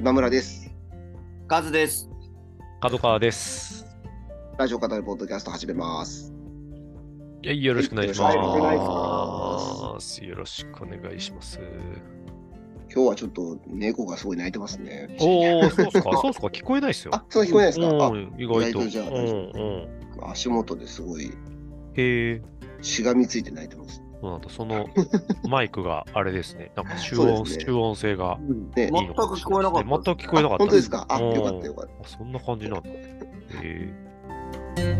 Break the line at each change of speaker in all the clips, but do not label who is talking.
今村です。
カズです。
角川です。
ラジオ語るポッドキャスト始めます。
はいよろしくお願いしま。
はいよろしくお願いします
よろしくお願いします。
今日はちょっと猫がすごい泣いてますね。
お お、そうっすか、そうっすか、聞こえないっすよ。
あ、そう聞こえないですか、
うん、意外と。
意外とじゃあ大丈
うんうん。
あ足元ですごい
へえ、
しがみついて泣いてます。
なんだ、そのマイクがあれですね、なんか集
そう
音、
ですね
集音性が。
ね、
全く聞こえなかった
全く聞こえなかった。
本当ですかあ、
うん
よかったよかった。
あそんな感じなんだ。へえ。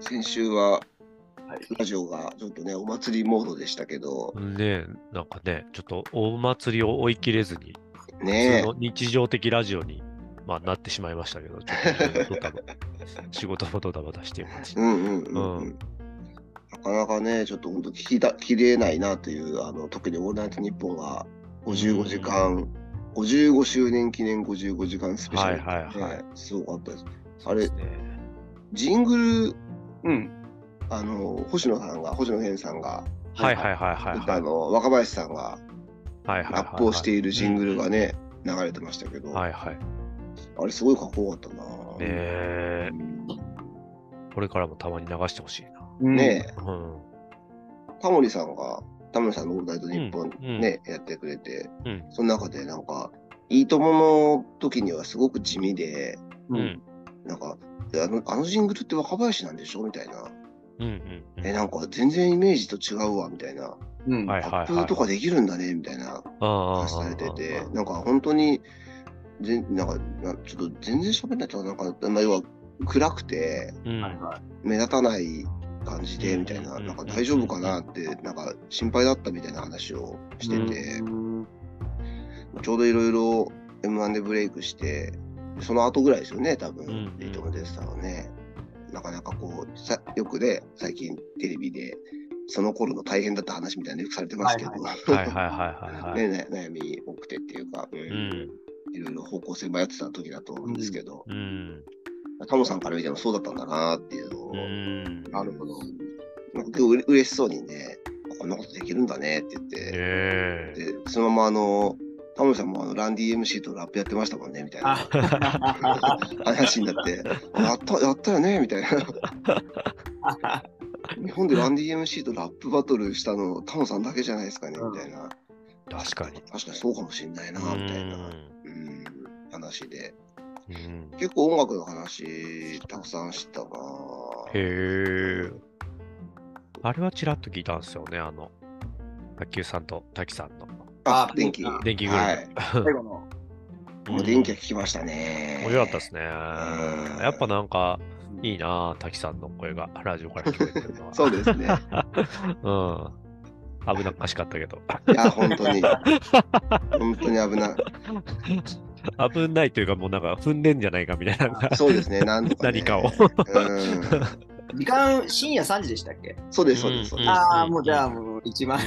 先週は
はい
ラジオがちょっとね、お祭りモードでしたけど、
ねなんかね、ちょっとお祭りを追い切れずに、普
ね
通の日常的ラジオに、まあ、なってしまいましたけど、ちょっとド タバ仕事もドタバタしています
う。んうんうん、う。
うん
なかなかね、ちょっと本当聞きた、切れないなという、あの、特にオールナイトニッポンが55時間、55周年記念55時間スペシャル、
はいはいはい
すごかったです。
そうですね
ジングル、
うん。
あの、星野さんが、星野源さんが、
はいはいはいはい
あ
はい。
の、若林さんが
はいはいはい
ラップをしているジングルがね、流れてましたけど、
はいはい。ね
あれすごいかっこよかったなぁ。
えこれからもたまに流してほしいな。
ねえ
うん。
タモリさんが、タモリさんのオールナイトニッポン
うんうん
ね、やってくれて、
うん
その中でなんか、いいともの時にはすごく地味で、
うん。
なんか、あのあのジングルって若林なんでしょみたいな。
うんうんうん。
え、なんか全然イメージと違うわ、みたいな。
うん。
はい
ラ
はい
ップとかできるんだね、みたいな
ああ
話されてて、なんか本当に、ぜんなんか、なちょっと全然喋んないと、なんか、まあ、要は暗くて、
うん
はいはい。
目立たない感じで
うん
みたいな、
うん
なんか大丈夫かなって、なんか心配だったみたいな話をしてて、ちょうどいろいろ M1 でブレイクして、その後ぐらいですよね、多分、
うん
リトムデスターはね。なかなかこう、さよくね、最近テレビで、その頃の大変だった話みたいなのよくされてますけど、
はい
はいはいはいはいはい。
ねね悩み多くてっていうか、うん
うん。
いろいろ方向性迷ってた時だと思うんですけど、
うん。
タモさんから見てもそうだったんだなっていうのを、
うん。ね
なるほど。なんかうれ嬉しそうにね、こんなことできるんだねって言って、
え。
でそのままあの、タモリさんもあのランディ MC とラップやってましたもんねみたいな
あは
話になって、やったやったよねみたい な。日本でランディ MC とラップバトルしたの、タモさんだけじゃないですかねみたいな。
確かに。
確かにそうかもしれないな
う
みたいな、
ん
うん、話で。
うん。
結構音楽の話、たくさんしたな。
へえ。あれはちらっと聞いたんですよね、あの、卓球さんと滝さんの。
あ
あ、
電気。は
電気グルー
い。
最後の。
プ。
もう電気は聞きましたね。
面白かったですね。
ん
やっぱなんか、いいなぁ、滝さんの声が、ラジオから聞こえてるのは。
そうですね。
うん。危なっかしかったけど。
いや、本当に。本当に危な
危ないというか、もうなんか踏んでんじゃないかみたいな。
い。そうですね、なんとか、ね。
何かを。
うん。
時間、深夜3時でしたっけ
そうです、そうです、そうです。
ああ、もうじゃあもう一番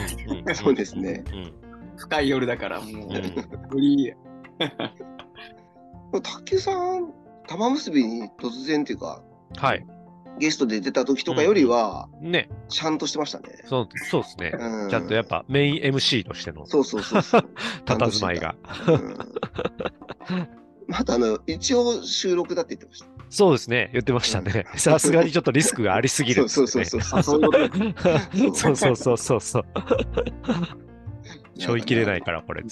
そうですね。
うん
深い夜だから、も
うん
う、無理。
卓球さん、玉結びに突然っていうか、
はい。
ゲストで出た時とかよりは、
ね、
ちゃんとしてましたね。
そうそうですね。
うん、
ちゃんとやっ。ぱメイン MC としての
そうそうそうそう。
佇まいが。
うん。またあの、一応収録だって言ってました。
そうですね。言ってましたね。さすがにちょっとリスクがありすぎるっつ
そ
っ
う
て
そうそ
ね。
うそう。
あ、そういうこと。
そうそうそうそうそう。ちょい切れない。から、これ。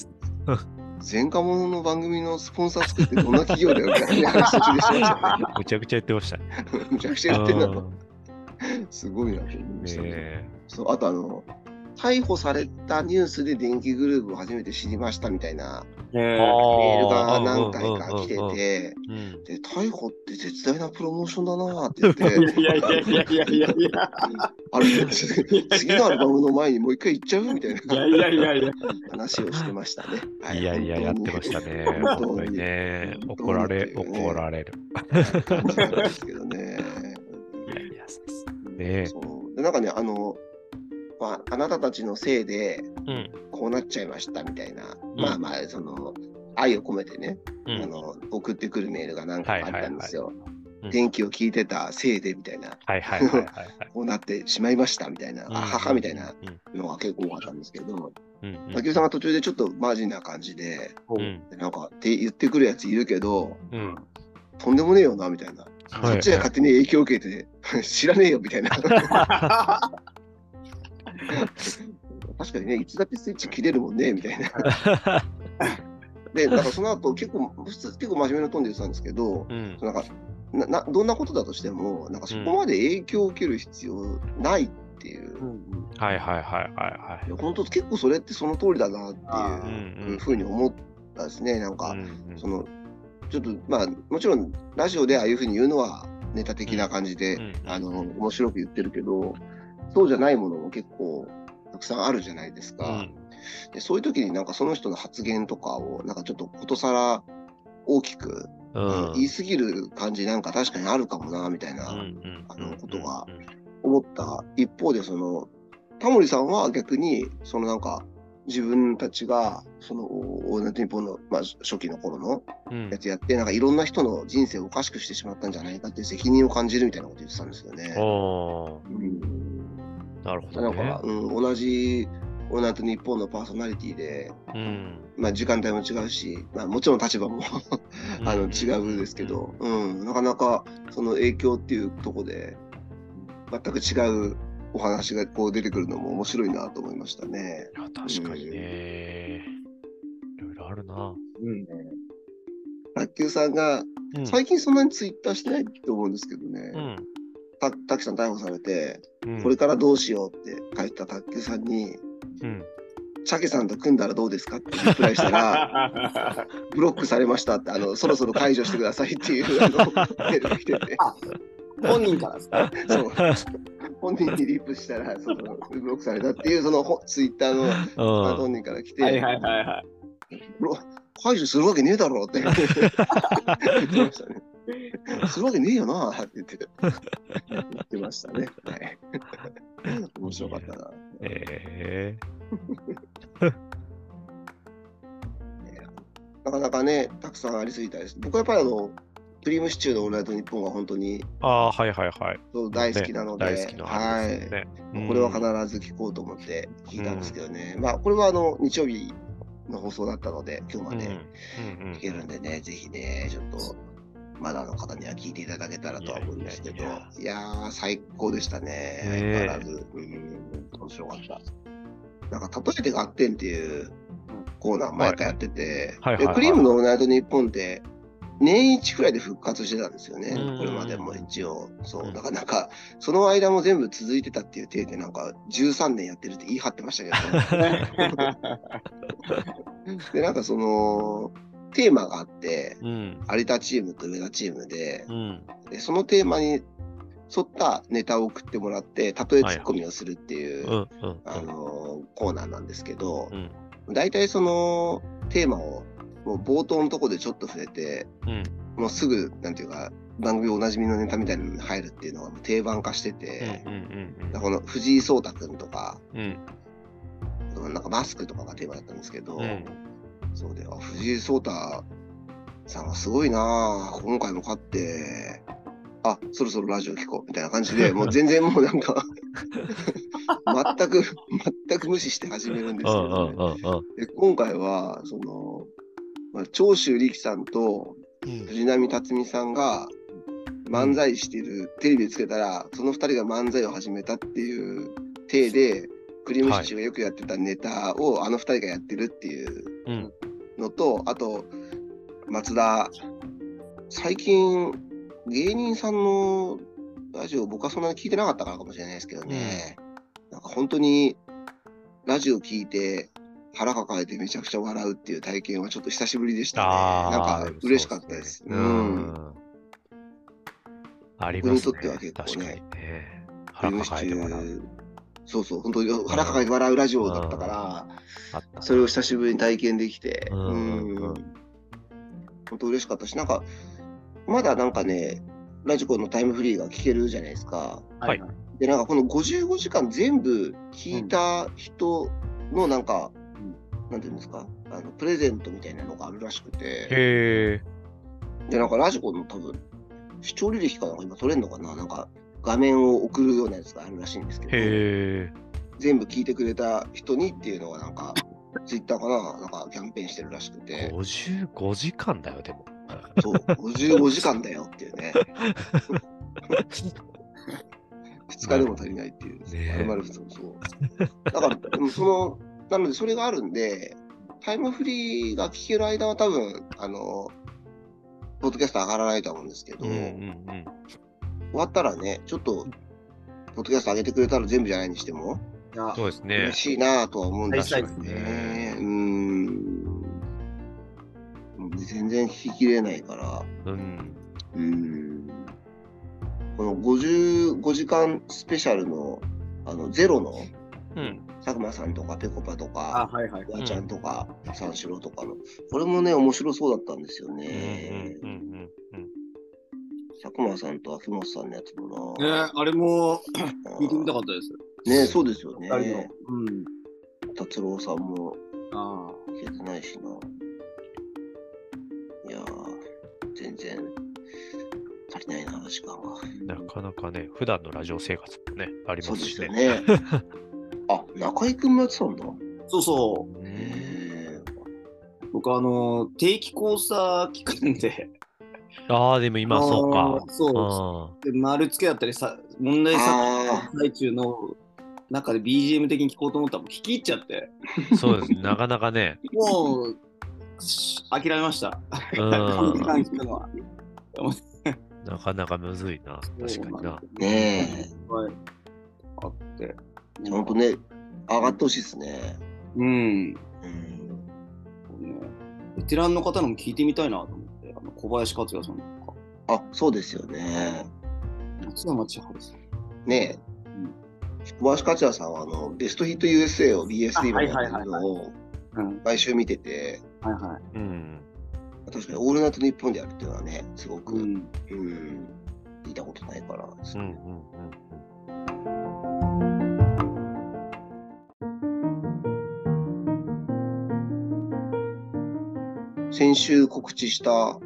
前科者の番組のスポンサー作ってどんな企業だよみたいな話途中でしてましたね。
むちゃくちゃ言ってましたね。
むちゃくちゃ言ってんな
う
と。
ん
すごいなと思いま
ね
したね
え。
そうあとあの、逮捕されたニュースで電気グループを初めて知りましたみたいな
メ
メールが何回か来てて、
うん
で逮捕って絶大なプロモーションだなって言って、
いやいやいやいやいやいや。
あれ次のアルバムの前にもう一回行っちゃうみたい
いやいやい
な
やいや。
話をしてましたね。はい
いやいや、やってましたね。
本
本
当
当
に
にね。
本当に
怒られ、
本当に
怒られる。
感じなんですけどね。
いやいや、そうですねえ。
そうでなんかね、あの、まあ、あなたたちのせいで
うん。
こうなっちゃいましたみたいな、
ん
まあまあ、その、愛を込めてね、
う
あ
ん。
の送ってくるメールが何回かあったんですよ。
ううん
天気を聞いてたせいでみたいな、
はいはいはいはいはい。
こうなってしまいましたみたいな、 あははみたいな
うん。
のが結構多かったんですけど、
うんうん。
竹内さんが途中でちょっとマジな感じで、
うん。
なんかって言ってくるやついるけど、
うん。
とんでもねえよなみたいな、
はい
そっちが勝手に影響を受けて、 知らねえよみたいな。確かにね、いつだってスイッチ切れるもんねみたいな。で、なんかその後結構、普通結構真面目なトーンで言ってたんですけど、
うん。
なんかななどんなことだとしても、なんかそこまで影響を受ける必要ないっていう、
はいはいはいはいはいい。
や本当、結構それってその通りだなって
うんう
い
ん
うふうに思ったですね、なんか、
うんうん
そのちょっと、まあ、もちろんラジオでああいうふうに言うのはネタ的な感じで、
うん
あの面白く言ってるけど、そうじゃないものも結構たくさんあるじゃないです
う
か。
ん
でそういう時になんかその人の発言とかを、なんかちょっとことさら大きく
うん
言い過ぎる感じなんか確かにあるかもなみたいな、
うん
あのことが
うんうん
思った一方でそのタモリさんは逆にそのなんか自分たちがその「オールナイトニッポンの」まあ、初期の頃の
うん
やつやってなんかいろんな人の人生をおかしくしてしまったんじゃないかっていう責任を感じるみたいなこと言ってたんですよね。
お
うん、
ーなるほ
な
ど
んか
ね、。
うん、同じ「オールナイトニッポン」のパーソナリティで、
うん
まあ、時間帯も違うし、まあ、もちろん立場もあの違うですけ。ど、うん、なかなかその影響っていうとこで全く違うお話がこう出てくるのも面白いなと思いましたね。
いや確かにね。いろいろあるな。
卓球さんが
うん
最近そんなにツイッターしてないと思うんですけどね、
うん
たたきさん逮捕されて、
うん
これからどうしようって書いてた卓球さんに、
うん
チャケさんと組んだらどうですかってリプライした ら、ブロックされましたって、あのそろそろ解除してくださいっていうあのメールが来てて、
本人からですか
そう本人にリップしたらそのブロックされたっていうそのほツイッターのまあ
うん
本人から来て、
はいはいはいはい。
ブロ解除するわけねえだろって言ってましたね。するわけねえよなって言って言ってましたね。はい、面白かったな。
え
なかなかね、たくさんありすぎたです。僕はやっぱりあの、クリームシチューのオールナイトニッポンが本当に
ーああーはいはいはい。
そう大好きなので、
ね大好きな
は
話で
い
す。ね。うん
これは必ず聞こうと思って聞いたんですけどね。まあ、これはあの、日曜日の放送だったので、今日まで
うんうんうん
聞けるんでね、ぜひね、ちょっと、まだの方には聞いていただけたらとは思うんですけど、
い
い
や
や
いや
ー、最高でしたね。
え
相変わらず、うん、面白かった。なんか、例えて合点っていうコーナー毎回やってて、
はいはいはい
で
はい
クリームのオールナイトニッポンって、年一くらいで復活してたんですよね
うん、
これまでも一応。そうう、
ん
だからなんか、その間も全部続いてたっていう体で、なんか、13年やってるって言い張ってましたけど、 で、なんかその、テーマがあって、
うん
有田チームと上田チームで
うん
でそのテーマに沿ったネタを送ってもらって例えツッコミをするっていう、
うんうん
あのーコーナーなんですけど
うん
大体そのテーマをもう冒頭のとこでちょっと触れて
うん
もうすぐなんていうか番組おなじみのネタみたいなのに入るっていうのがもう定番化してて、
うんうん
この藤井聡太君とか
うんうん
なんかマスクとかがテーマだったんですけど、
うん
そうで、あ藤井聡太さんはすごいなあ今回も勝って、あそろそろラジオ聞こうみたいな感じで、もう全然もうなんか、 全く、全く無視して始めるんですけ
うん
ど、
うんうんうん
で今回は、その、まあ、長州力さんと
うん
藤波辰巳さんが漫才してる、テレビつけたら、その2人が漫才を始めたっていう体で、クリームシチューがよくやってたネタを、あの2人がやってるっていう
うん
のと、あと、松田、最近、芸人さんのラジオ、僕はそんなに聞いてなかったからかもしれないですけどね、なんか本当に、ラジオ聞いて、腹抱えてめちゃくちゃ笑うっていう体験はちょっと久しぶりでしたね。
あ
な
ー
んか嬉しかったです。
そうね
うん。
あり
僕
ますね。
にとっては結構ね
確かにね。
クリ
腹
ームシ
抱
チ
えて
ュ
笑う
ーそうそう、本当に腹抱えて笑うラジオだったから、
あったな
それを久しぶりに体験できて、
うんうん
本当嬉しかったし、なんか、まだなんかね、ラジコのタイムフリーが聞けるじゃないですか。
はい
で、なんかこの55時間全部聞いた人のなんか、なんていうんですか、あのプレゼントみたいなのがあるらしくて、
へえ。
で、なんかラジコの多分、視聴履歴かなんか今取れるのかななんか画面を送るようなやつがあるらしいんですけど、
へえ。
全部聞いてくれた人にっていうのがなんか、ツイッターかななんかキャンペーンしてるらしくて、
55時間だよ、でも。
そう、55時間だよっていう ね。2日でも足りないっていう、
ね
丸々2日そう。だから、でもその、なのでそれがあるんで、タイムフリーが聞ける間は多分、あの、ポッドキャスト上がらないと思うんですけど、
うんうん
終
うん。
わったらね、ちょっと、ポッドキャスト上げてくれたら全部じゃないにしても、
いや
そうですね
嬉。しいなぁとは思うんですけど
確かに
ね
ね。
うーん。全然聞ききれないから、
うん。
うーんこの55時間スペシャルの、あの、ゼロの、
うん。
佐久間さんとか、ぺこぱと
あ、
か、
はいはい。
フワちゃんとか、三四郎とかの、これもね、面白そうだったんですよ
うん
ね。
うんうんうん
佐久間さんと秋元さんのやつも
ね
な。
あれも
うん
聞いてみたかったです。
ねそうですよ
二人の
ね。。
うん。
達郎さんも
あ
聞けてないしな。いやー、全然足りないな、時間が。
あ。
なかなかね、普段のラジオ生活もね、あり
そう
ます
です
し
よ
ね。
ね。 あ、中居君もやってたんだ。
そうそう。
へー
僕あの、定期交差期間で、
ああ、でも今、そうか。
の。そう。で丸付けだったりさ、問題作
あ
最中の中で BGM 的に聞こうと思ったら、もう聞き入っちゃって、
うんそうです。なかなかね。
もう、し諦めました。
うん。
短期間聞くのは。
なかなかむずいな。確かにな。
あ、ね
はい。あって。
え、ちゃんとね、上がってほしいですね。
うん。ね
うん。
ベテランの方のも聞いてみたいなと思って、あの小林克也さんとか、
あ、そうですよね。
松山千春さん。
ねえ。小林克也さんはあのベストヒット USA を BS で今やってるのを
うん。
毎週見てて、
はいは
うん。
確かにオールナイト日本でやるっていうのはね、すご
い。
く、
う
うん、
ん。
聞いたことないから、
うんうんうんうん。
先週告知した
は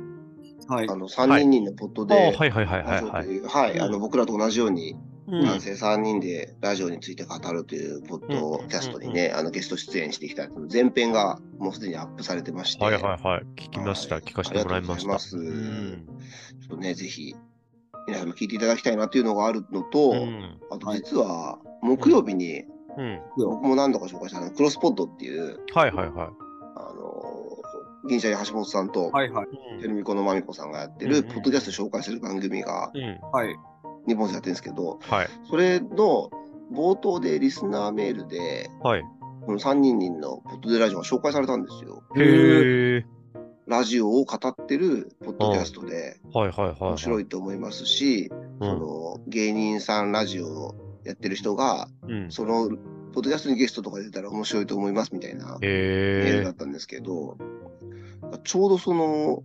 い
あ。の3人人のポット
あ
で、
ーはいはいはいはいは
ラジ
い
オ。というはい、あ
う
の僕らと同じように、
うん
男性3人でラジオについて語るというポッドキャストにね、あのゲスト出演してきたやつの前編がもうすでにアップされてまして、
はいはいはい。聞きました。
はい
聞かせてもらい
ありが
ました。
とうございます
う
ちょ
ん
っとね、ぜひ皆さんも聞いていただきたいなというのがあるのと、
うん
あと実は木曜日に、
うん。
僕も何度か紹介したあのクロスポッドっていう、
はいはいは
あのー銀シャリ橋本さんと、
はいはい。
テルミコのまみこさんがやって
う
る、
んうん
ポッドキャスト紹介する番組が
い。うん。
はい。
日本でやってるんですけど、
はい。
それの冒頭でリスナーメールで、
はい。
この3人人のポッドでラジオが紹介されたんですよ。
へえ。
ラジオを語ってるポッドキャストで
はいはいはい。
面白
い。
いと思いますし、その芸人さんラジオをやってる人が、
うん。
そのポッドキャストにゲストとか出たら面白いと思いますみたいなメール
へ
だ
え
っ。たんですけど、ちょうどその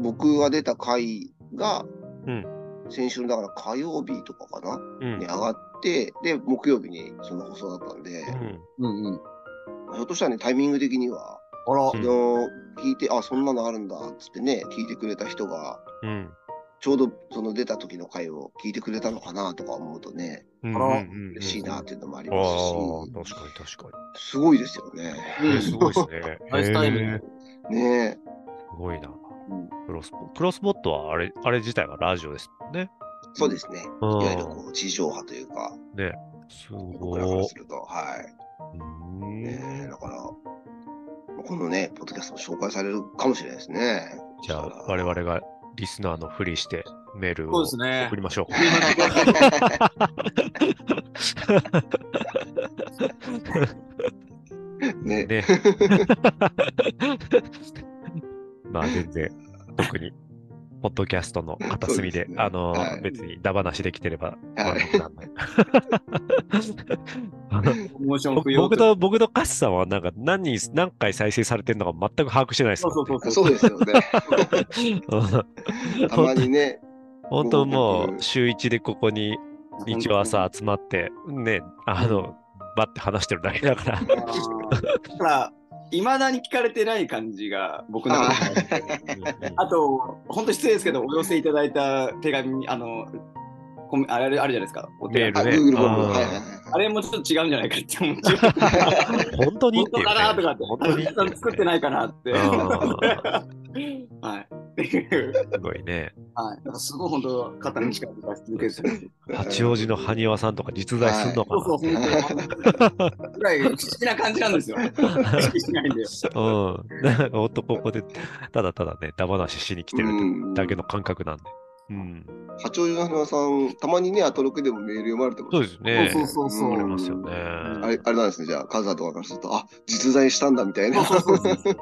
僕が出た回が、
うん
先週のだから火曜日とかかな、
うん
に上がって、で、木曜日にその放送だったんで、
うん
うんうん。
ひょっとしたらね、タイミング的には、
あら。
昨日聞いて、あ、そんなのあるんだっつってね、聞いてくれた人が、
うん。
ちょうどその出た時の回を聞いてくれたのかなとか思うとね、
うん
あら
うんうんうん
嬉しいなっていうのもあり
あ
ます
あ、確かに確か
し、すごいですよね。
に。
うん
えすごいですね。
ナイスタイミング
へえす
ねえ
ごい
う
な。
ん
クロスボクロスボットはあれ、あれ自体がラジオですもんね。
そうですね。
う
いわゆる
ん。
こう地上波というか、
ね。す
僕らから
ごい
す。ると、はい。
うん
ねえだから、このね、ポッドキャストも紹介されるかもしれないですね。
じゃあ、我々 がリスナーのふりしてメール
そう
を
です
送
ね。
りましょう。
ね
ね。 まあ全然、特に、ポッドキャストの片隅
そうで
で、
すね
あの、
はい
別にダバなしできてれば、
はい
満足なんであの
モーション
僕
不要
僕と、僕とカスさんは、なんか何人、何回再生されてるのか全く把握してないです
そ
も
うそうそ
ん
そ
う。
うですよね。
ね。
たまにね、
本当もう、週一でここに、日曜朝集まって、ね、あの、ばって話してるだけだから。
あー。だから、いまだに聞かれてない感じが僕の中で あと、本当失礼ですけど、お寄せいただいた手紙、あの、コメあれあるじゃないですか、お手紙
あ、
メールね
Google フォーム。
あ
は
ー
いはいはい
あれもちょっと違うんじゃないかって思っちゃう。
本当にっ
本当
ていう
かなとか
ね
って、
本当に
田中さん作ってないかなって。
あ
はい。っていう。
ーすごいね。
はい。 だからすごい本当、肩の力が続けてる。
八王子の埴輪さんとか実在すんのか
そうそう、本当に。ぐらい不思議な感じなんですよ。意識しないんで。
な。うん。なんか男ここでただただね、だ話しに来てる
うん
だけの感覚なんで。うん。
八王子の花輪さん、たまにね、アトロクでもメール読まれてます。
そうですね。
そうそうそうそ
あり
う。
ますよね。
あれあれなんですね、じゃあ、カズアとかからすると、あ実在したんだみたいな。
そうそうそうそう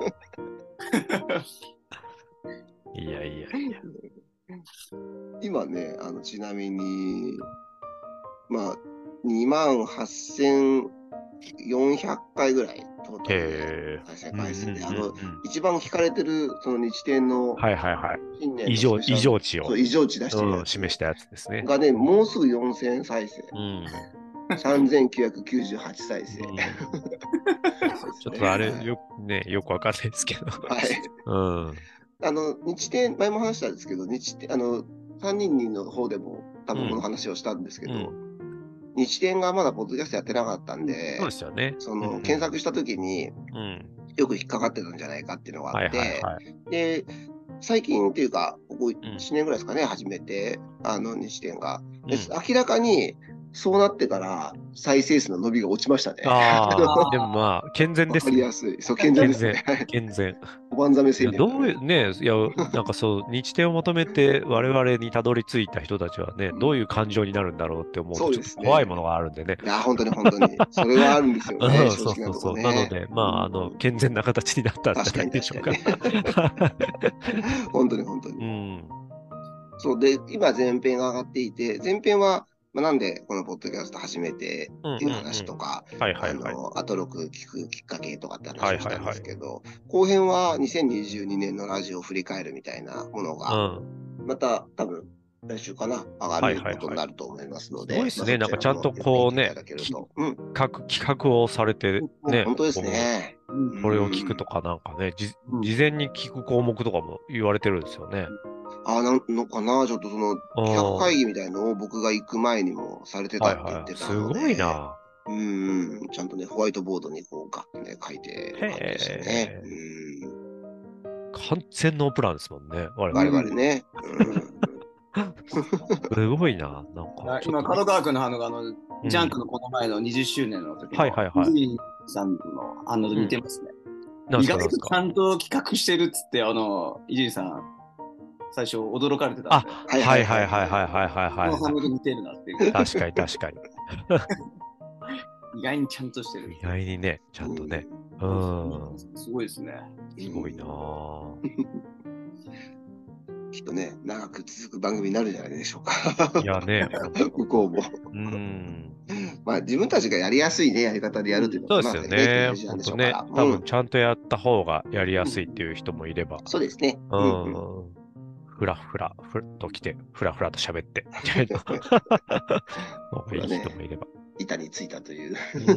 いやいや。
今ね、あのちなみに、まあ、2万8400回ぐらい、トータルで
へ
再
え。
生回数で、あ
うんう
の
ん、うん
一番聞かれてる、その日天の
はいはいはい。
新年の
異常
スペシャ
異
ル
常値を、
そう異常値出してる
う
や
ん、
つ
示したやつですね。
がね、もうすぐ4000再生、
うん、
3998再生。
うん
そうです
ちょ
ね
っとあれ
はい
よ,、ね、 よくわかんないですけど。
はい
うん、
あの日天、前も話したんですけど、日天あの3人にの方でも多分この話をしたんですけど、
う
日天がまだポッドキャストやってなかったんで、
そうですよね。
そ
うん
の
うん
検索した時に
うん、
よく引っかかってたんじゃないかっていうのが
は
あ
い
って、
はいはい。
で最近っていうか、ここ1年ぐらいですかね、始めて、あの日天が。
うん
で明らかにそうなってから再生数の伸びが落ちましたね。
ああ、でもまあ、健全
わ
です
かり
ね
や。すい。そう、健全ですね。
健全。
おばんざめ
いや
戦略。
どういう、ね、いや、なんかそう、日程を求めて我々にたどり着いた人たちはね、どういう感情になるんだろうって思う
そ
と、
う
ちょ
で
っ
す
と
ね
怖いものがあるんでね。
いや、本当に本当に。それはあるんですよ
うん
ね、
そ
正直
うそ
な
う
と
そ
こ
う。
ね。
なので、まあ、あの、健全な形になったんじゃないでしょうか。
確本当に本当
う
に。
ん。
そうで、今、前編が上がっていて、前編は、まあ、なんでこのポッドキャスト始めてっていう話とか、
はいはいは
あ
い。
のアトロク聞くきっかけとかって話をしたんですけど、後編は2022年のラジオを振り返るみたいなもの
う
が、
ん。
また多分来週かな、上がることになると思いますので、
はいはいはいすごいですね
まあ
なんかちゃんとこう
そちらも見て
ね
いただけるとうん、
企画企画をされてね、
本当ですね。
うん
こうこれを聞くとかなんかね、じ
うん
事前に聞く項目とかも言われてるんですよね。
ああ、なんのかな、ちょっとその
あ
企
ー
画会議みたいのを僕が行く前にもされてた
は
っ
い
て言っ
はい。
てた
す
ので、
ごい。な。
うんうん、ちゃんとね、ホワイトボードにこうガッとね、書いてる感じでしたね
へ。
うん、
完全ノープランですもんね。我
バレ
々。
バレね。
すごいな。なんか
あ
ちょ
今、
っと。
角川君のあの、あの、
うん
ジャンクのこの前の20周年の時の、
はいはいはい
ジンさんの反応と似てますね。
なん
意
すか
外
な
と
んす
ちゃ
か
んと企画してるっつって、あの、伊集院さん、最初驚かれてたん
あ
で、、
はいはいはいはいはいはい
この反
は
応と似てるなっていう
い。。確かに確かに。
意外にちゃんとしてる
意。外にね、ち
ち
ゃんとね。。うん。
すごいですね。
すごいな。
きっとね、長く続く番組になるんじゃないでしょうか。
いやね。
向こうも。
うん。
まあ、自分たちがやりやすいね、やり方でやるというの
そう
が
で
まあ
すよ
大事
ね。
なん
本
でしょうか
当ね
ら。。
多
う
分
ん
ちゃんとやった方がやりやすいっていう人もいれば。
そうですね。
う
うん うん
ん。ふらふら、ふっと来て、ふらふらと喋って、みたいな。のがいい 人もい れば。
板についたという
うん
感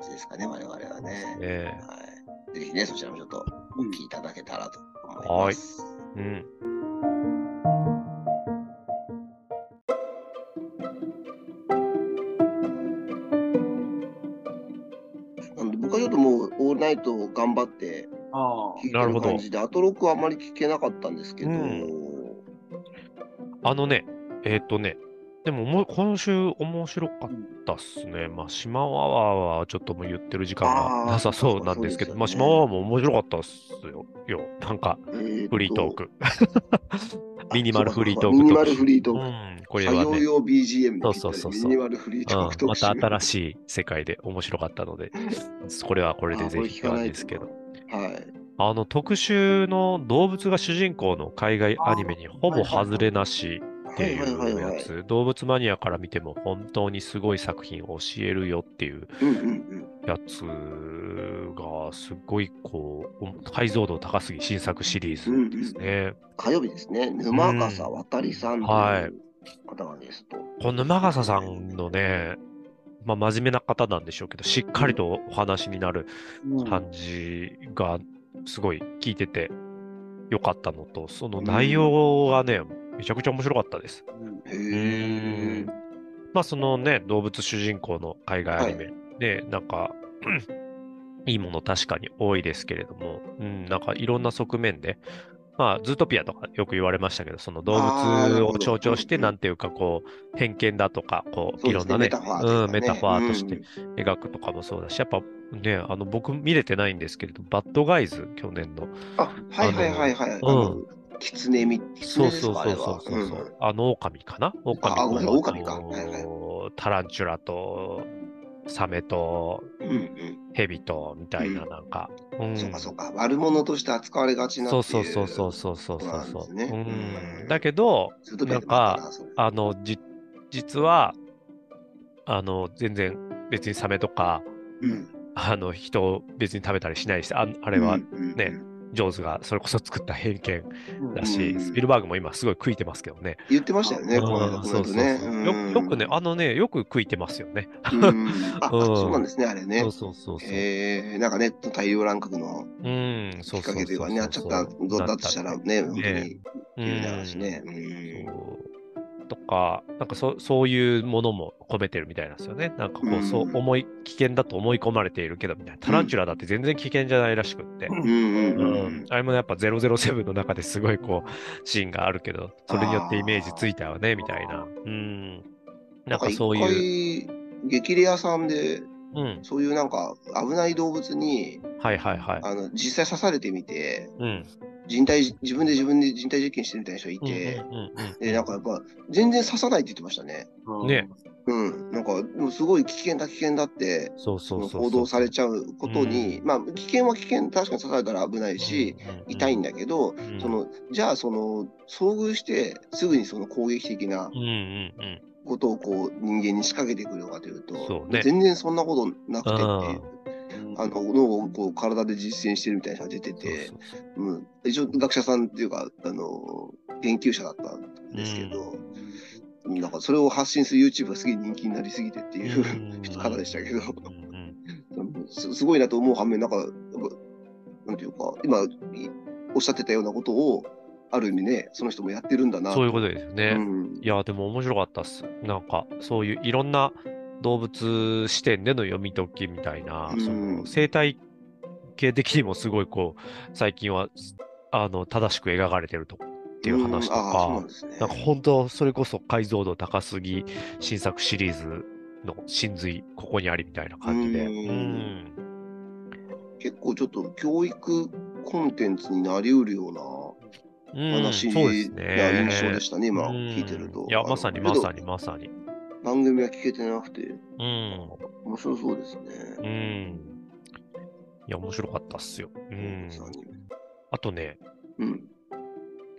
じですかね、我々はね。
ね
はい、ぜひね、そちらもちょっとお聞きいただけたらと思い
は
ま
い
す。
うん。
なので僕はちょっともうオールナイトを頑張って
あ
聞いて
なるほ
る
ど
感じで、アトロックはあまり聞けなかったんですけど、
うんあのね、えっ、とね、でももう今週面白かったっすね。まあ、島ワワはちょっともう言ってる時間がなさそうなんですけど、
あー
まあ、
そうです
島
よね
ワワも面白かったっすよ。よなんか、
えーと
フリートーク。
あ
ミニマルフリートー
そうかそうかミ
ク
ニマ
特
ル
集
フリート
う
ーク。
ん、これ
作
は
業
ね、
用 BGM
そう
で
そうそうそう
ミニマルフリートーク
うん、ま
特集。
た新しい世界で面白かったので、これはこれでぜひって感じですけど。
あ。これ聞かないと
あの特集の動物が主人公の海外アニメにほぼ外れなしっ
は
て
い。はいはいいうはいは
や
い。
つ、動物マニアから見ても本当にすごい作品を教えるよっていう
うんうんうん。
やつがすごいこう解像度高すぎ新作シリーズですね。
火曜日ですね、沼笠渡さんという方がゲスト。
この長狭さんのね、まあ、真面目な方なんでしょうけど、しっかりとお話になる
うん
感じが、すごい聞いててよかったのと、その内容がね、めちゃくちゃ面白かったです。
うん
へえ。
まあそのね、動物主人公の海外アニメ、ね、なんか、 いいもの確かに多いですけれども、うん、なんかいろんな側面で、まあ、ズートピアとかよく言われましたけど、その動
あーなる
物
ほど
を象徴して、
うんうん
なんていうか、こう、偏見だとか、こう、
そうで
いろ
す
ん
ねメ
なね、
タファーというか
う
ね
ん、メタファーとして
うん
描くとかもそうだし、やっぱね、あの、僕見れてないんですけれど、バッドガイズ、去年の、
あ、はいはいはいはい。
あの
あの狐み、
そ
狐
う
です
そう
か、あ
そ
れ
うそ
は
う。そうそう、あの狼かな狼
あごめんなさい狼か
あの
はいはい
タランチュラとサメと
うんうん
ヘビとみたいな
うん
なんか、う
うんん。そうかそうか。悪者として扱われがちなって
そ
いうう。
そうそうそうそうそう
ことなんです
そう、
ね
う、
うんん
だけど
ずっと見てましたなそれ
あのじ実はあの全然別にサメとか
うん
あの人を別に食べたりしないしああれは
うんうんうん
ねジョーズがそれこそ作った偏見
うん
だし、
うん
スピルバーグも今すごい食いてますけどね。
言ってましたよね、
うん
この間コ
そ
メン
う
ト
そう
ね
そう
うん
よよくね、あのね、よく食いてますよね。
うんあ、
うん
そうなんですね、あれね
そう。そうそうそう。
えー、なんかね、大量乱獲の
うん、
き
そう
っか
そう
けというかね、なっちゃった、だとしたらね、本当に有名な話ね。う
うん
ん
そうとか、なんかそそういうものも込めてるみたいなんですよね。なんかこう、
うん
そう思い、危険だと思い込まれているけどみたいな。タランチュラだって全然危険じゃないらしくって。
うん
う
うんんうん。
あれもやっぱ007の中ですごいこうシーンがあるけどそれによってイメージついたわねみたいなうんなんかそういう、
いう。激レアさんで、
うん、
そういうなんか危ない動物に、
はいはいはい
あの実際刺されてみて、
うん
人体自分で自分で人体実験してみたいな人いて、
うんうんうんうん
でなんかやっぱ全然刺さないって言ってましたね。
ね
うん、なんかもうすごい危険だ危険だって
そうそ
そうの
そうそ
報
う
道されちゃうことに、まあ危険は危険確かに刺されたら危ないし、
うんうんうん
痛いんだけど、
うん
そのじゃあその遭遇してすぐにその攻撃的な
うんうんうん
ことをこう人間に仕掛けてくるかというと
そうね
全然そんなことなくてっていう。
うん
あの脳をこう体で実践してるみたいな人が出てて
そうそうそう
うん、一応学者さんっていうか、あの研究者だったんですけど、なんかそれを発信する YouTube がすげえ人気になりすぎてっていうう、
ん
方でしたけど
うんうん
すすごいなと思う反面、なんか、やっぱなんていうか、今いおっしゃってたようなことを、ある意味ね、その人もやってるんだな
そういうことですよね。
うん
いや、でも面白かったっす。なんか、そういういろんな動物視点での読み解きみたいな、
うん
その生態系的にもすごいこう、最近はあの正しく描かれてるとっていう話と
うんああそうな
か
ん、ですね
なんか本当、それこそ解像度高すぎ新作シリーズの真髄、ここにありみたいな感じで。
うん
うん
結構ちょっと教育コンテンツになりうるような。
うん
話な
そうですね
印象でしたね、今
うん
聞いてると。
いや、まさに
あの
まさに。まさに。
けど番組は聞けてなくて、
うん。
面白そうですね。
うん。いや、面白かったっすよ。うん。
三人
あとね、
うん。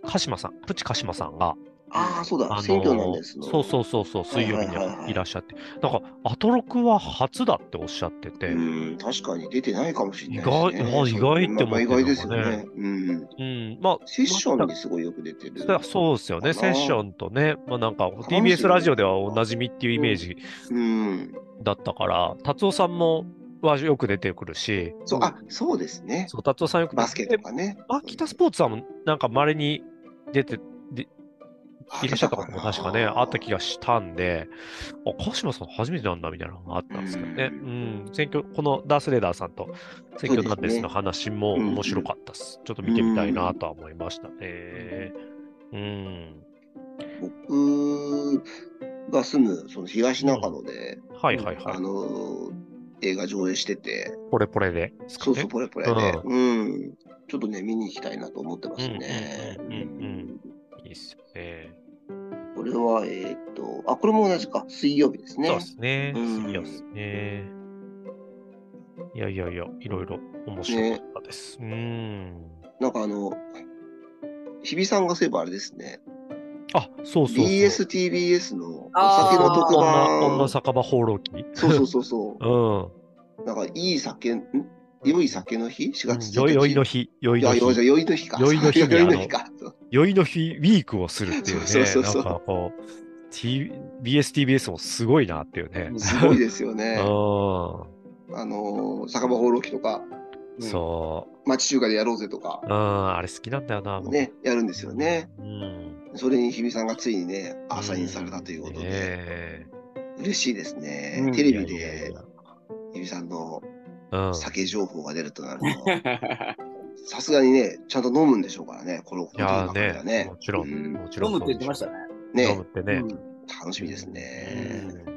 鹿島さん、プチ鹿島さんが、
ああ、そうだ、
あの
選挙なんですの。
そうそうそうそう、水曜
は
日
いはいはいは
に
い
いらっしゃって、なんか、アトロクは初だっておっしゃってて、うん、
うん、確かに出てないかもしれない
意外あ意外って思って
意
るのがね
外ですよね。うん。
まあ、
セッションにすごいよく出てる。
まあそうですよね、
か
セ
な
ッションとね、まあなんか、
しれない
TBS ラジオではおなじみっていうイメージ
うん。
だったから、達夫さんも、はよく出てくるし、
そう、あ、そうですね。
そう達夫さんよく出
バ
て
ス
く
ケ
る
とかね。
あ、北スポーツさんもなんか稀に出て、で
あ
いらっしゃったことも
出たかな
確かね、あった気がしたんで、あ、鹿島さん初めてなんだみたいなのがあったんですけどね。
う
うん、選挙、このダースレーダーさんと選挙なんですの話
そう
も
ですね
面白かったです。ちょっと見てみたいなとは思いましたね。うん。
僕が住むその東中野で、
はいはいは
あ
い。
の映画上映してて、
ポレポレでですか
そう
ね。
そう、ポレポレで、うん、ちょっとね、見に行きたいなと思ってますね。
うんうんうんいいっすよね。
これは、えーっと、あ、これも同じか、水曜日ですね。
そうですね。
うん
次はですね。いやいやいや、いろいろ面白かったです。うん。
なんかあの、日比さんがそういえばあれですね、
あ、そうそうそう。
BSTBS のお
あー
酒の特
女
番
女、酒場放浪記。
そうそうそうそ
うん。
う、なんかいい酒、ん良い酒の日 ?4 月1
よ
日。
酔いの
日。
日、酔い
い
の
や、酔い
日
じゃ、酔いの日か。
酔いの日に
酔いの日か。
酔いの日ウィークをするっていうね、
そうそうそうそう
なんかこう、 T、BSTBS もすごいなっていうね。
すごいですよね。
う
あのー、酒場放浪記とか、
ん。そ
町中華でやろうぜとか
う。、うん。あれ好きなんだよな。僕
ね、やるんですよね。。
うん。
それに日比さんがついにね、アサインされたということ
ね
で、
え
嬉しいですね。
うん
テレビ
いやいやい
で
や
日比さんの
うん。
酒情報が出るとなる と、さすがにね、ちゃんと飲むんでしょうからね、このこ
い
の
や
時間から
ーね、もちろ、
うんん
もちろ
飲
ん。
むって言ってましたね。
ね
飲むってね。
うん
楽しみですね。うん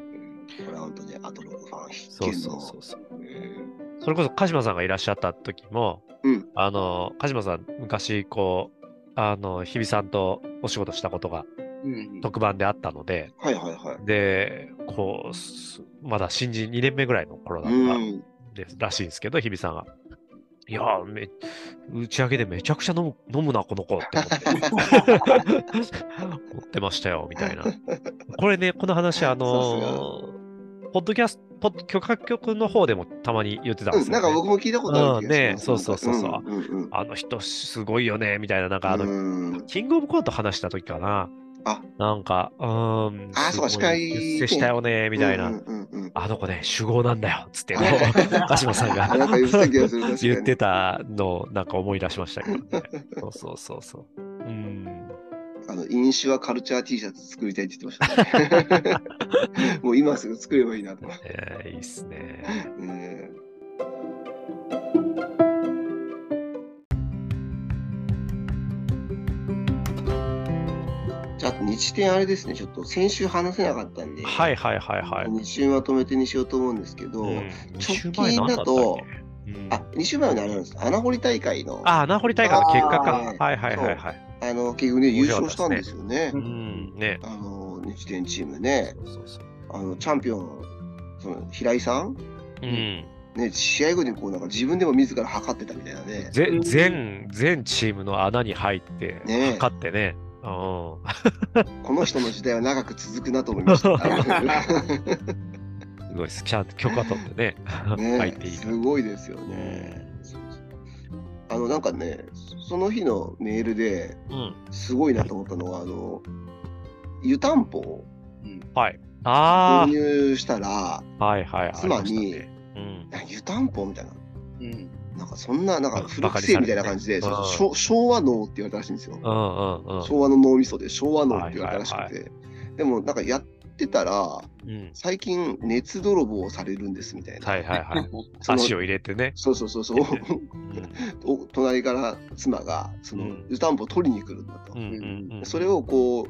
これは本当にアトロックファン必
そう
見
そ
の
う。そうそう。
うん
それこそ鹿島さんがいらっしゃった時も、
うん
あの鹿島さん昔こうあの日比さんとお仕事したことが
うん
特番であったので
はいはいはい。
でこうすまだ新人2年目ぐらいの頃だっ
う
た
ん、
です、らしいんですけど日比さんが。いやーめ打ち上げでめちゃくちゃ飲む飲むな、この子って 思って思ってましたよ、みたいな。これね、この話、あのーポッドキャスト、ポッ許可局の方でもたまに言ってたんで
う
す
ん
よ、ね
なんか僕も聞いたことある気がします。
うんねそうそうそうそう
うんうんうん
あの人すごいよねみたいな、なんかあの、
うん
キングオブコント話した時かな。
あ
なんか、うーん、
あそうか
す
司
ご
会
い出世したよね、みたいな。
うんうんうんうん
あの子ね、主語なんだよ、 つって、こ
はいう
鹿島さんが
あなんか言ってた気がする確かに
言ってたのをなんか思い出しましたけどね。 そうそうそうそう。うん。
あの飲酒はカルチャー T シャツ作りたいって言ってましたね。 もう今すぐ作ればいいなと思って。
えーいいっすね。
うんじゃあ、あと日展あれですね、ちょっと先週話せなかったんで、
はいはいはいはい。
2週まとめてにしようと思うんですけど、
うん
直近だと、
二週前何だった
あ
っけうん
2週前はねあれなんです、穴掘り大会の、あ
あ、ナホリ大会の結果
あー
か
ね。
はいはいはいはい。
の結局ね、優勝したんですよね、
うん、ね。
あの日展チームね、
そうそうそう。
あのチャンピオン、その平井さん、
うん。
ね、試合後にこうなんか自分でも自ら測ってたみたいなね。
ぜ
うん
全全チームの穴に入って、
ねえ
測ってね。うん
この人の時代は長く続くなと思いま した。
すごいです。ちゃんと許可取ってね、
ね
入ってい
す
る。
ごいですよね。あのなんかね、その日のメールで
うん、
すごいなと思ったのは、あの湯たんぽを
はい。あ
購入したら、
あ、はいはい。
妻
あり
に
ましたねうん、
あ湯たんぽみたいな、
うん
なんかそんな、なんか古
バカ
く
に
せえ
され
み
て
たいな感じで、
うん
そう昭昭和脳って言われたらしいんですよ。
うんうんうん。
昭和の脳みそで昭和脳って言われたらしくて。でもなんかやってたら、
うん、
最近熱泥棒をされるんですみたいな。
はいはいはい。
その
足を入れてね。
そうそうそうそう。
うん
お隣から妻がその
うん
湯たんぽを取りに来るんだと、
うんうんうん。
それをこう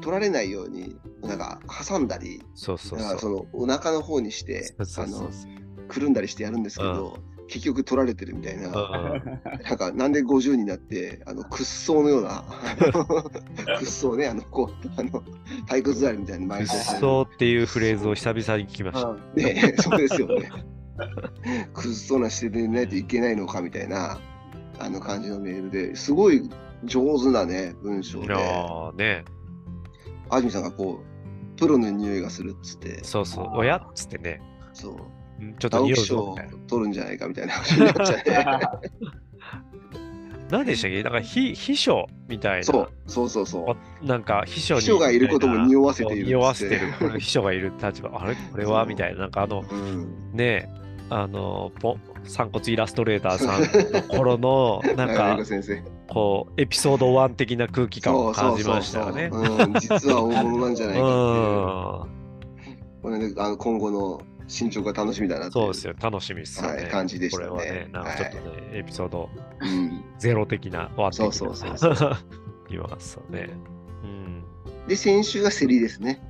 取られないようになんか挟んだり
そうそう
なんか
そ。
そうのお腹の方にして
そうそうそうそう
あのくるんだりしてやるんですけど、結局取られてるみたいな、
うん
なんかなんで50になってあの屈葬のような 屈葬ねあのこうあの体育座りみたいに
うっ
毎
そうっていうフレーズを久々に聞きました。
ねえ、 そうですよね。くっそうな姿勢でないといけないのかみたいなあの感じのメールですごい上手なね文章
い
で
やーね、
安住さんがこうプロの匂いがするっつって
そうそう、おやっつってね、
そう
うんちょっと
直
匂う
木賞
ぞ
を
みたいな。
取るんじゃないかみたいな話になっちゃ って、
何でしたっけなんか秘秘書みたいな。
そうそうそうそう
おなんか秘書に
秘書がいることも匂わせているっつって
匂わせてるこの秘書がいる立場あれこれは
そう
みたいななんかあの
うん、
ねあのぽ散骨イラストレーターさんの頃 のなん
長
か
岡先生
こうエピソード1的な空気感を感じましたよね。
そうそうそううん、実は大物なんじゃ
う
なんいかっていうこれ、ね、あの今後の進捗が楽しみだなってい
そうですよ楽しみですよね、
はい感じでしたね
これはねなんかちょっとね、エピソード
うん
ゼロ的な1的な
そうそうそう
言いますよね。うん
で先週がセリですね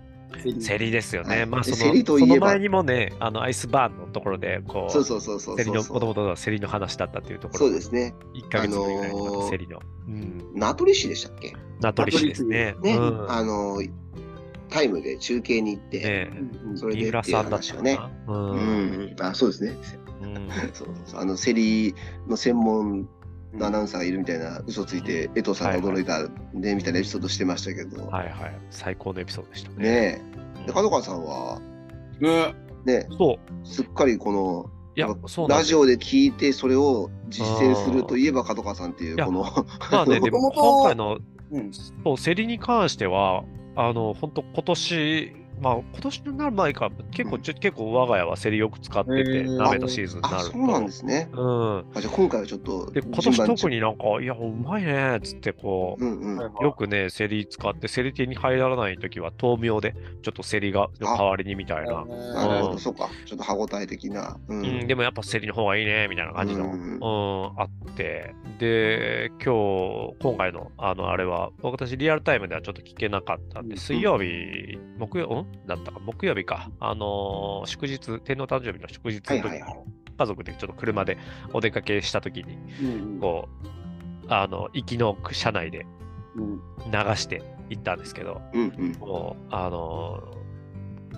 セリですよね。
はい
まあそ
で
の
競りといえば
その前にもね、あのアイスバーンのところでこう、
そうそうそうそう
競り
そう
の
そ
もと
う
もとは競りの話だったというところ
そうですね
1ヶ月ぶりぐらい
あの
の
ー
競りの、うん、
名取市でしたっけ
名取市ですね。
ね、
うん
あのタイムで中継に行って、
ね
それ
三
で
浦
っていう
さんだっ
話
た
を
か
ね
な。
う、
うん
あそうですね。
うん
そうそうそうあのセリの専門のアナウンサーがいるみたいな嘘ついて江藤さんが驚いたねみたいなエピソードしてましたけど、
はいはい、最高のエピソードでしたね。
ね
うん
えで角川さんは
ね
ね
そう、
すっかりこの
いや、そうなん
ラ
です
ジオで聞いてそれを実践するといえば角川さんっていうこの
まあね、でも
元々
今回の
うん
そう競りに関しては、あの本当今年まあ今年になる前か結構ちょ、結構我が家はセリよく使ってて、
へー
鍋のシーズンにな
あ、
ると。
そうなんですね。
うん、
あじゃあ今回はちょっと
で今年特
に。
になんか「いやうまいね」っつってこう、
うんうん。
よくねセリ使ってセリ手に入らない時は豆苗でちょっとセリがの代わりにみたい
なる
な、
ほ
う
ど、
ん
そうか。ちょっと歯応え的な。う。
うんん、でもやっぱセリの方がいいねみたいな感じの、
うん
うん、あってで今日今回のあのあれは私リアルタイムではちょっと聞けなかったんで
うん
水曜日木曜んだったか木曜日かあのー祝日天皇誕生日の祝日
は
の
い
時、
はいはい。
家族でちょっと車でお出かけした時にこうあの行きの車内で流して行ったんですけど
うんうん。
もうあのー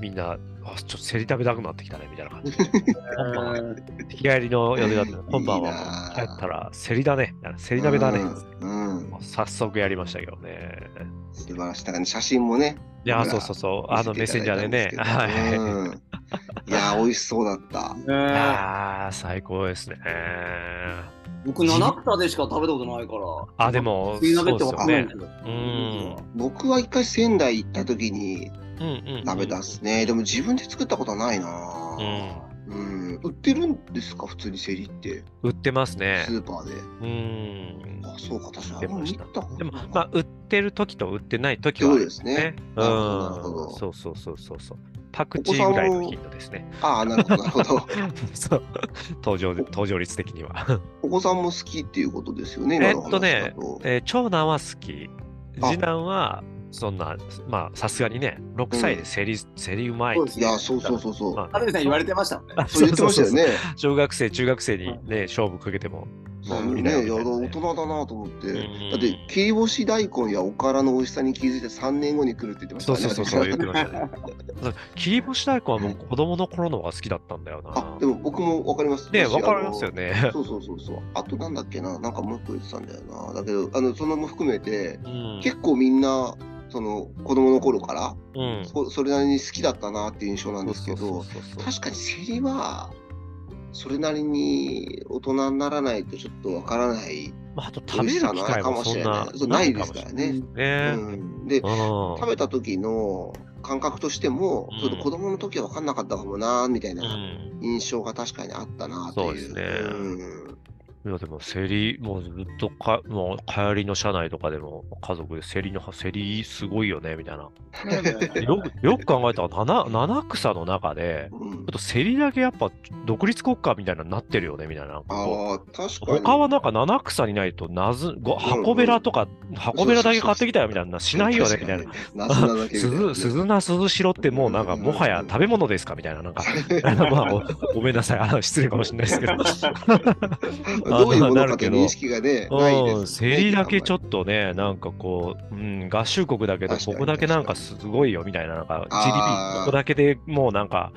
みんなあちょっとせり食べたくなってきたねみたいな感じで 今晩日帰りの予定だったので今晩はもう帰ったらセリだねみたいなセリ鍋だね
うんうん
もう早速やりましたけどね
素晴らしい。だから写真もね、
いやー
ほ
そ
ら
うそうそうあのメッ
見せ
セ
て
ン
い
ジ
た
ャー
だい
で
たんですけど
ねはい
うんいやー、美味しそうだった。
い
ね
やー最高ですね
僕七草でしか食べたことないから。
あでも
冬鍋ってわかんない
そ
けど。
ううん
僕は一回仙台行った時に
うんうんうん
食べたんですね。でも自分で作ったことはないなうん、売ってるんですか、普通にセリって。
うん売ってますね
スーパーで。
うん
あ、そうか、確か
売って
に。
ました
見たこと
でも
なかった
まあ売ってる時と売ってない時は
そ
あ
う
る
ですね。
う
なるほどなるほ
ん
ど
そうそうそうそうそうパクチーぐらいの頻度ですね
ああ、なるほど、なるほど。
そう登場登場率的には
お子さんも好きっていうことですよね、今の話だと。
えー長男は好き
あ
次男はそんなまあさすがにね6歳でセリ、セリうまい
そうです
いや、そうそうそうそう。
ま
安住さん言われてましたもんね。
あ
そう言ってましたよ
そうそ
ね。
うそう小学生中学生にね勝負かけても
そう
も
ね、
う見
い
ない
や、
よね
大人だなと思って。
うん
だって、切り干し大根やおからの美味しさに気づいて3年後に来るって言ってました
そう
から
そう
ね。
そうそ
私
う言ってましたねそう切り干し大根はもう子供の頃の方が好きだったんだよ
あ
な、
でも僕もわかります。
ね
私
わかりますよ。
あ
ね
のそうそうそうそう。あとなんだっけな、なんかもう一個言ってたんだよな。だけど、あの、そのも含めて、
うん
結構みんな、その子供の頃から
うん
そそれなりに好きだったなっていう印象なんですけど
そうそうそうそう
確かにセリはそれなりに大人にならないとちょっとわからない
まあ、あと
美
食
味
べ
し
る
さ
機
のあれ
会
か
も
も
そ
し
ん
れ
な
ないそうないですからね。
ね
うん、で
うん
食べた時の感覚としても、
うん
ちょっと子供の時は分かんなかったかもなみたいな
うん
印象が確かにあったなっていう。
そうですね
うん
いやでもセリ、もうずっとか、もう帰りの車内とかでも家族でセリの、セリすごいよねみたいな。よくよく考えたら七、七草の中で、ちょ
うん
っとセリだけやっぱ独立国家みたいなのになってるよねみたいな。こ
ああ、確
こ
かに。
他はなんか七草にないとなず、ご箱べらとか、箱べらだけ買ってきたよみたいな、しないよねみたい
な。
な。
なすなだけみたいな
鈴鈴名鈴代ってもうなんか
うん
もはや食べ物ですかみたいななんか まあおごめんなさいあの失礼かもしれないですけど
どういうも
な
の
る
かとい
け
う
ど
認識がね、ないです、
う
ね。
ん、セリだけちょ
っ
っとね、なんかこう、うん、合衆国だけど、
確か
こ
に
こだけなんかすごいよみたいな、なんか
あー
GDP、ここだけでもうなんか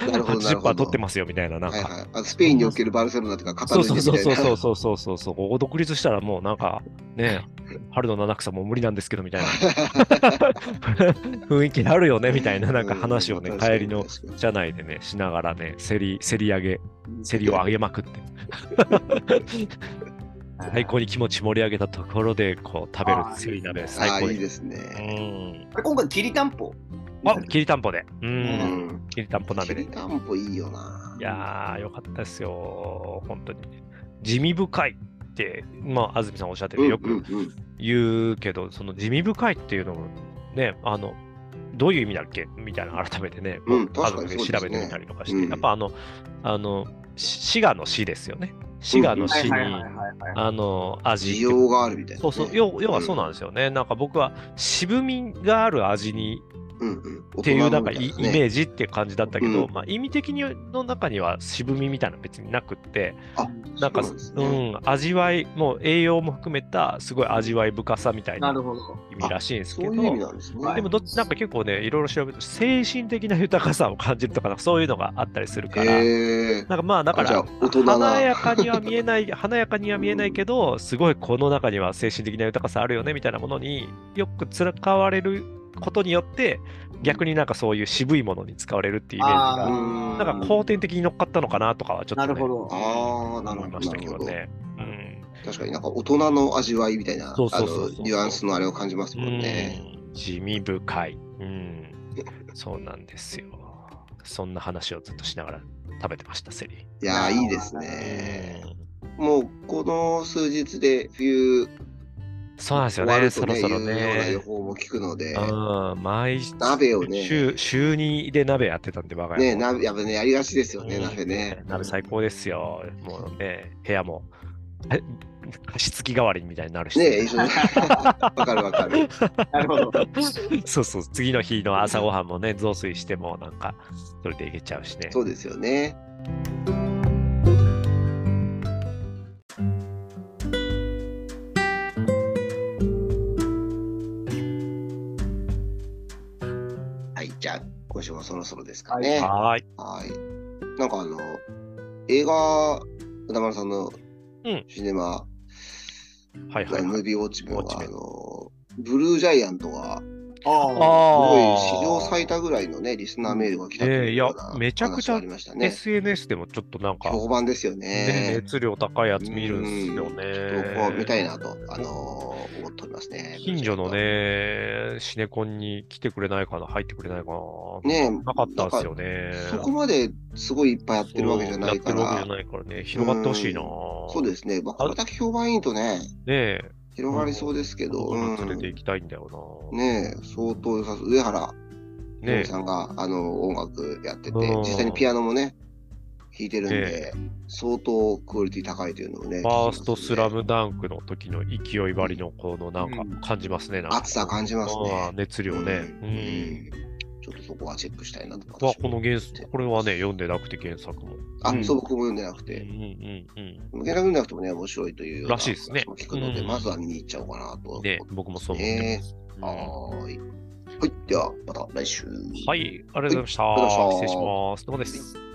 となるほどなるほ
80%
ど
取ってますよみたいな、なん
はい
か。
はい、あスペインにおけるバルセロナとか、カタ
そ
ル
う
ー
そ
ニ
う
ャ
そ
み
う
たいな。
そうそうそうそうそう、ここ独立したらもうなんかね、春の七草もう無理なんですけどみたいな雰囲気あるよねみたいな、なんか話をね、
うん
帰りの。
確かに
車内でね、しながらね、競り、競り上げ、競りを上げまくって、最高に気持ち盛り上げたところで、こう、食べる
あー
競り鍋、
確かにあ
最
あ、
高
いい
に
ですね。
うん
今回きりたんぽ。
あ、きりたんぽで。う。
うんん。
きりたんぽ
き
鍋で。
り
い
たんぽいいよな。
やー、よかったですよ。本当に。地味深いって、まあ、安住さんおっしゃって
う
て、
ん、
よ
うん
く
うん
言うけど、その地味深いっていうのも、ね、あの、どういう意味だっけみたいな、改めてね、
うん
まあ
確かに
家族で調べてみたりとかして、
そうですねうん
やっぱあの、あの、し滋賀の死ですよね。滋賀の死に、あの、味って
需
いう
要があるみたいな、
そうそう、要要はそうなんですよね。なんか僕は渋みがある味に
うんうん
っ
って
いうなんかイイメ
ジ。
ージって感じだったけど、
うん
まあ、意味的にの中には渋みみたいなの別になくって
あ
なんか
そうですね
うん、味わいもう栄養も含めたすごい味わい深さみたい
な
な
るほど。
意味らしいんです
そ
けど
ういう意味なんですね。
はい
でもどっちなんか結構ねいろいろ調べると精神的な豊かさを感じるとかなんかそういうのがあったりするから。
へえ。
なんかまあだか
あじゃ
ら
あ大人な
華やかには見えない華やかには見えないけどすごいこの中には精神的な豊かさあるよねみたいなものによく使われることによって逆になんかそういう渋いものに使われるっていうイメージ
あ
が
うん
なんか後天的に乗っかったのかなとかはちょっ
な
と、
る
ね、
ほど。
ああ、なるほ
思
ど。
いました
な
け
る
ど
ほど。
ね。うん
確かになんか大人の味わいみたいな、あ
そうそうそうそう
のニュアンスのあれを感じますもんね。
うん地味深い。うん。 そうなんですよ。そんな話をずっとしながら食べてました、セリ。
いやー、いいですね。もうこの数日で冬
そうなんです
終
よ
わ
ね、
る
そ
と
ろ
ね、い
そろ
うような
ね
予。報も聞くので、
うん、毎週
鍋をね
週、週2で鍋やってたんで、我が家
ね、
も
鍋やっぱね、やりがちですよね、
うん
鍋ね。
鍋最高ですよ。もうね、部屋も、え加湿器代わりみたいになるし。
ね、一 緒に。わかるわかる。
なるほど。
そうそう、次の日の朝ごはんもね、増水しても、なんか、それでいけちゃうしね。
そうですよね。はい、じゃあ、今週もそろそろですかね。
はーい。
はい。なんかあの、映画、歌丸さんの
うん
シネマ、
はいはい
ム
は
ー
い。
ビーウォッチメン
ウォッチ
は、あ
メン
の、ブルージャイアントが、
ああ。
すごい
あー
史上最多ぐらいのね、リスナーメールが来たと
ねえ
いう
いや
ような
めちゃくち
話
ゃ
がありましたね。
SNS でもちょっとなんか、
評判ですよ
ね
ね。
熱量高いやつ見るんすよ
うんちょっとこう見た
ね。
いなと、あのー思っておりますね。
近所の。ね、シネコンに来てくれないかな、入ってくれないかな。
ねえ
なかったんですよね。
そこまですごいいっぱいやってるわけじゃないか
そうやって
ら
る。わけじゃないからね、広がってほしいな。
そう
ね
ですね。まあ、これだけ評判いいとね、
え、
広がりそうですけど。
子供
うん
連れて行きたいんだよな。
ねえ、相当良さそう。上原ひろ
ね
みさんが、あの音楽やってて、
うん
実際にピアノもね、弾いてるんで、
ね
相当クオリティ高いというのをね、
ファーストスラ
聞
ムダンクの時の勢いばりのこのなんか
うん
感じますね。なん
き
か
ますね熱さ感じます
あ
ね
あ。熱量ね。
う
うんん。
うんちょっとそこはチェックしたいなと
僕はこの原
私も
作、これはね、読んでなくて原作も。
あ、
うん
そう、僕も読んでなく
うんう
て。
んうん
原作読んでなくてもね、面白いというような
らしいですね
話も聞くので、
うん
まずは見に行っちゃおうかなと。
うん。ね、僕もそう思ってます。うん
はーい。はい、では、また来週。
はい、ありがとうございました
ありがとうございました。
失礼します。どうもです。